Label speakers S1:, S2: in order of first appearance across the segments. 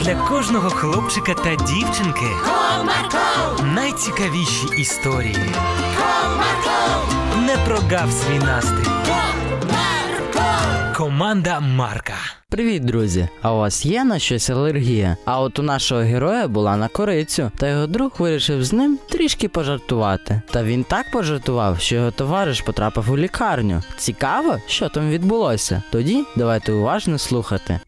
S1: для кожного хлопчика та дівчинки
S2: Comarco,
S1: найцікавіші історії.
S2: Comarco,
S1: Не прогав свій настрій.
S2: Comarco.
S1: Команда Марка.
S3: Привіт, друзі! А у вас є на щось алергія? А от у нашого героя була на корицю, та його друг вирішив з ним трішки пожартувати. Та він так пожартував, що його товариш потрапив у лікарню. Цікаво, що там відбулося. Тоді давайте уважно слухати.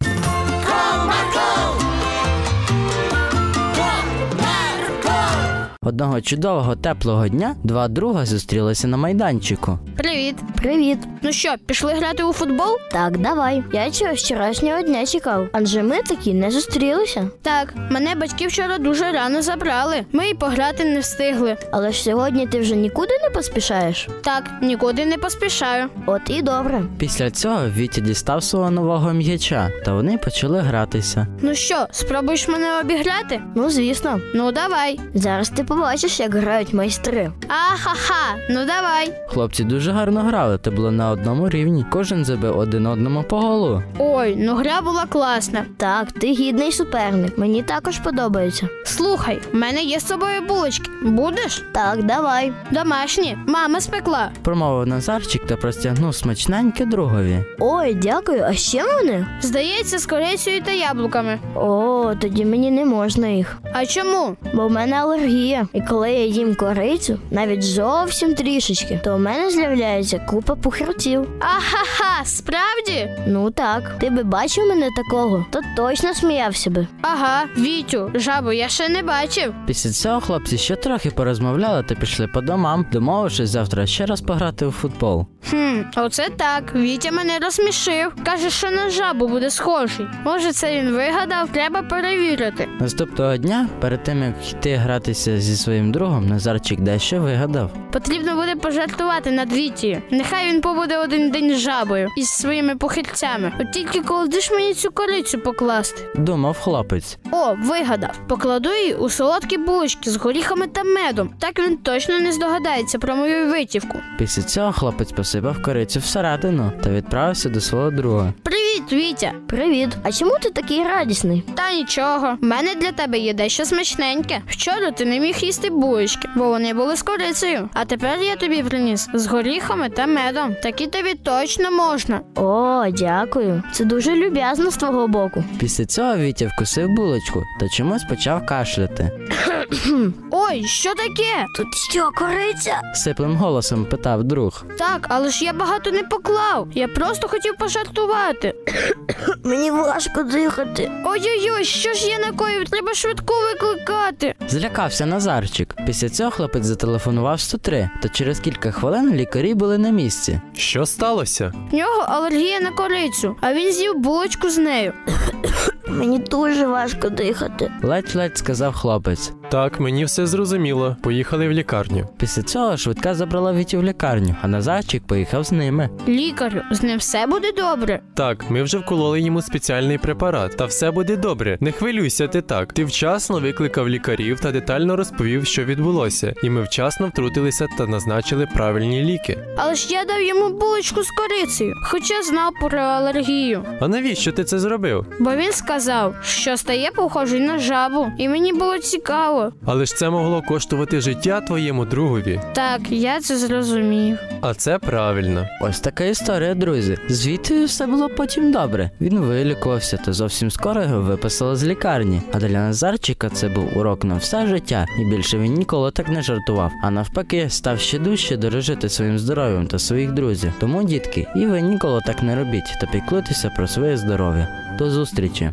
S3: Одного чудового теплого дня два друга зустрілися на майданчику.
S4: Привіт.
S5: Привіт.
S4: Ну що, пішли грати у футбол?
S5: Так, давай. Я цього вчорашнього дня чекав, адже ми такі не зустрілися.
S4: Так, мене батьки вчора дуже рано забрали. Ми і пограти не встигли.
S5: Але ж сьогодні ти вже нікуди не поспішаєш.
S4: Так, нікуди не поспішаю.
S5: От і добре.
S3: Після цього Вітя дістав свого нового м'яча, та вони почали гратися.
S4: Ну що, спробуєш мене обіграти?
S5: Ну звісно,
S4: Ну давай.
S5: зараз ти побачиш, як грають майстри.
S4: Ахаха, ну давай.
S3: Хлопці дуже гарно грали, та були на одному рівні. Кожен забив один одному по голу.
S4: Ой, ну гра була класна.
S5: Так, ти гідний суперник. Мені також подобається.
S4: Слухай, в мене є з собою булочки. Будеш?
S5: Так, давай.
S4: Домашні, мама спекла.
S3: Промовив Назарчик та простягнув смачненьке другові.
S5: Ой, дякую, а ще вони?
S4: Здається, з корицею та яблуками.
S5: О, тоді мені не можна їх.
S4: А чому?
S5: Бо в мене алергія. І коли я їм корицю, навіть зовсім трішечки, то в мене з'являється купа пухертів.
S4: Ахаха, справді?
S5: Ну так, ти би бачив мене такого, то точно сміявся би.
S4: Ага, Вітю, жабу я ще не бачив.
S3: Після цього хлопці ще трохи порозмовляли та пішли по домам, домовившись завтра ще раз пограти у футбол.
S4: Хм, оце так. Вітя мене розсмішив. Каже, що на жабу буде схожий. Може, це він вигадав, треба перевірити.
S3: Наступного дня, перед тим як йти гратися зі своїм другом, Назарчик дещо вигадав.
S4: Потрібно буде пожартувати над Вітією. Нехай він побуде один день з жабою із своїми похильцями. От тільки коли ж мені цю корицю покласти?
S3: Думав хлопець.
S4: О, вигадав. Покладу її у солодкі булочки з горіхами та медом. Так він точно не здогадається про мою витівку.
S3: Після цього хлопець посипав корицю всередину та відправився до свого друга.
S4: Привіт, Вітя!
S5: Привіт, а чому ти такий радісний?
S4: Та нічого, в мене для тебе є дещо смачненьке. Вчора ти не міг їсти булочки, бо вони були з корицею. А тепер я тобі приніс з горіхами та медом. Такі тобі точно можна.
S5: О, дякую. Це дуже люб'язно з твого боку.
S3: Після цього Вітя вкусив булочку та чомусь почав кашляти.
S4: Ой, що таке?
S5: Тут що, кориця?
S3: Сиплим голосом питав друг.
S4: Так, але ж я багато не поклав. Я просто хотів пожартувати.
S5: Мені важко дихати.
S4: Ой-ой-ой, що ж я накоїв? Треба швидко викликати.
S3: Злякався Назарчик. Після цього хлопець зателефонував 103, та через кілька хвилин лікарі були на місці.
S6: Що сталося?
S4: В нього алергія на корицю, а він з'їв булочку з нею.
S5: Мені дуже важко дихати.
S3: Ледь-ледь сказав хлопець.
S6: Так, мені все зрозуміло. Поїхали в лікарню.
S3: Після цього швидка забрала Вітю в лікарню, а Назарчик поїхав з ними.
S4: Лікарю, з ним все буде добре.
S6: Так, ми вже вкололи йому спеціальний препарат, та все буде добре. Не хвилюйся ти так. Ти вчасно викликав лікарів та детально розповів, що відбулося, і ми вчасно втрутилися та назначили правильні ліки.
S4: Але ж я дав йому булочку з корицею, хоча знав про алергію.
S6: А навіщо ти це зробив?
S4: Бо він сказав, що стає похожий на жабу, і мені було цікаво.
S6: Але ж це могло коштувати життя твоєму другові.
S4: Так, я це зрозумів.
S6: А це правильно.
S3: Ось така історія, друзі. З Вітею все було потім добре. Він вилікувався та зовсім скоро його виписали з лікарні. А для Назарчика це був урок на все життя, і більше він ніколи так не жартував. А навпаки, став ще дужче дорожити своїм здоров'ям та своїх друзів. Тому, дітки, і ви ніколи так не робіть та піклуйтеся про своє здоров'я. До зустрічі!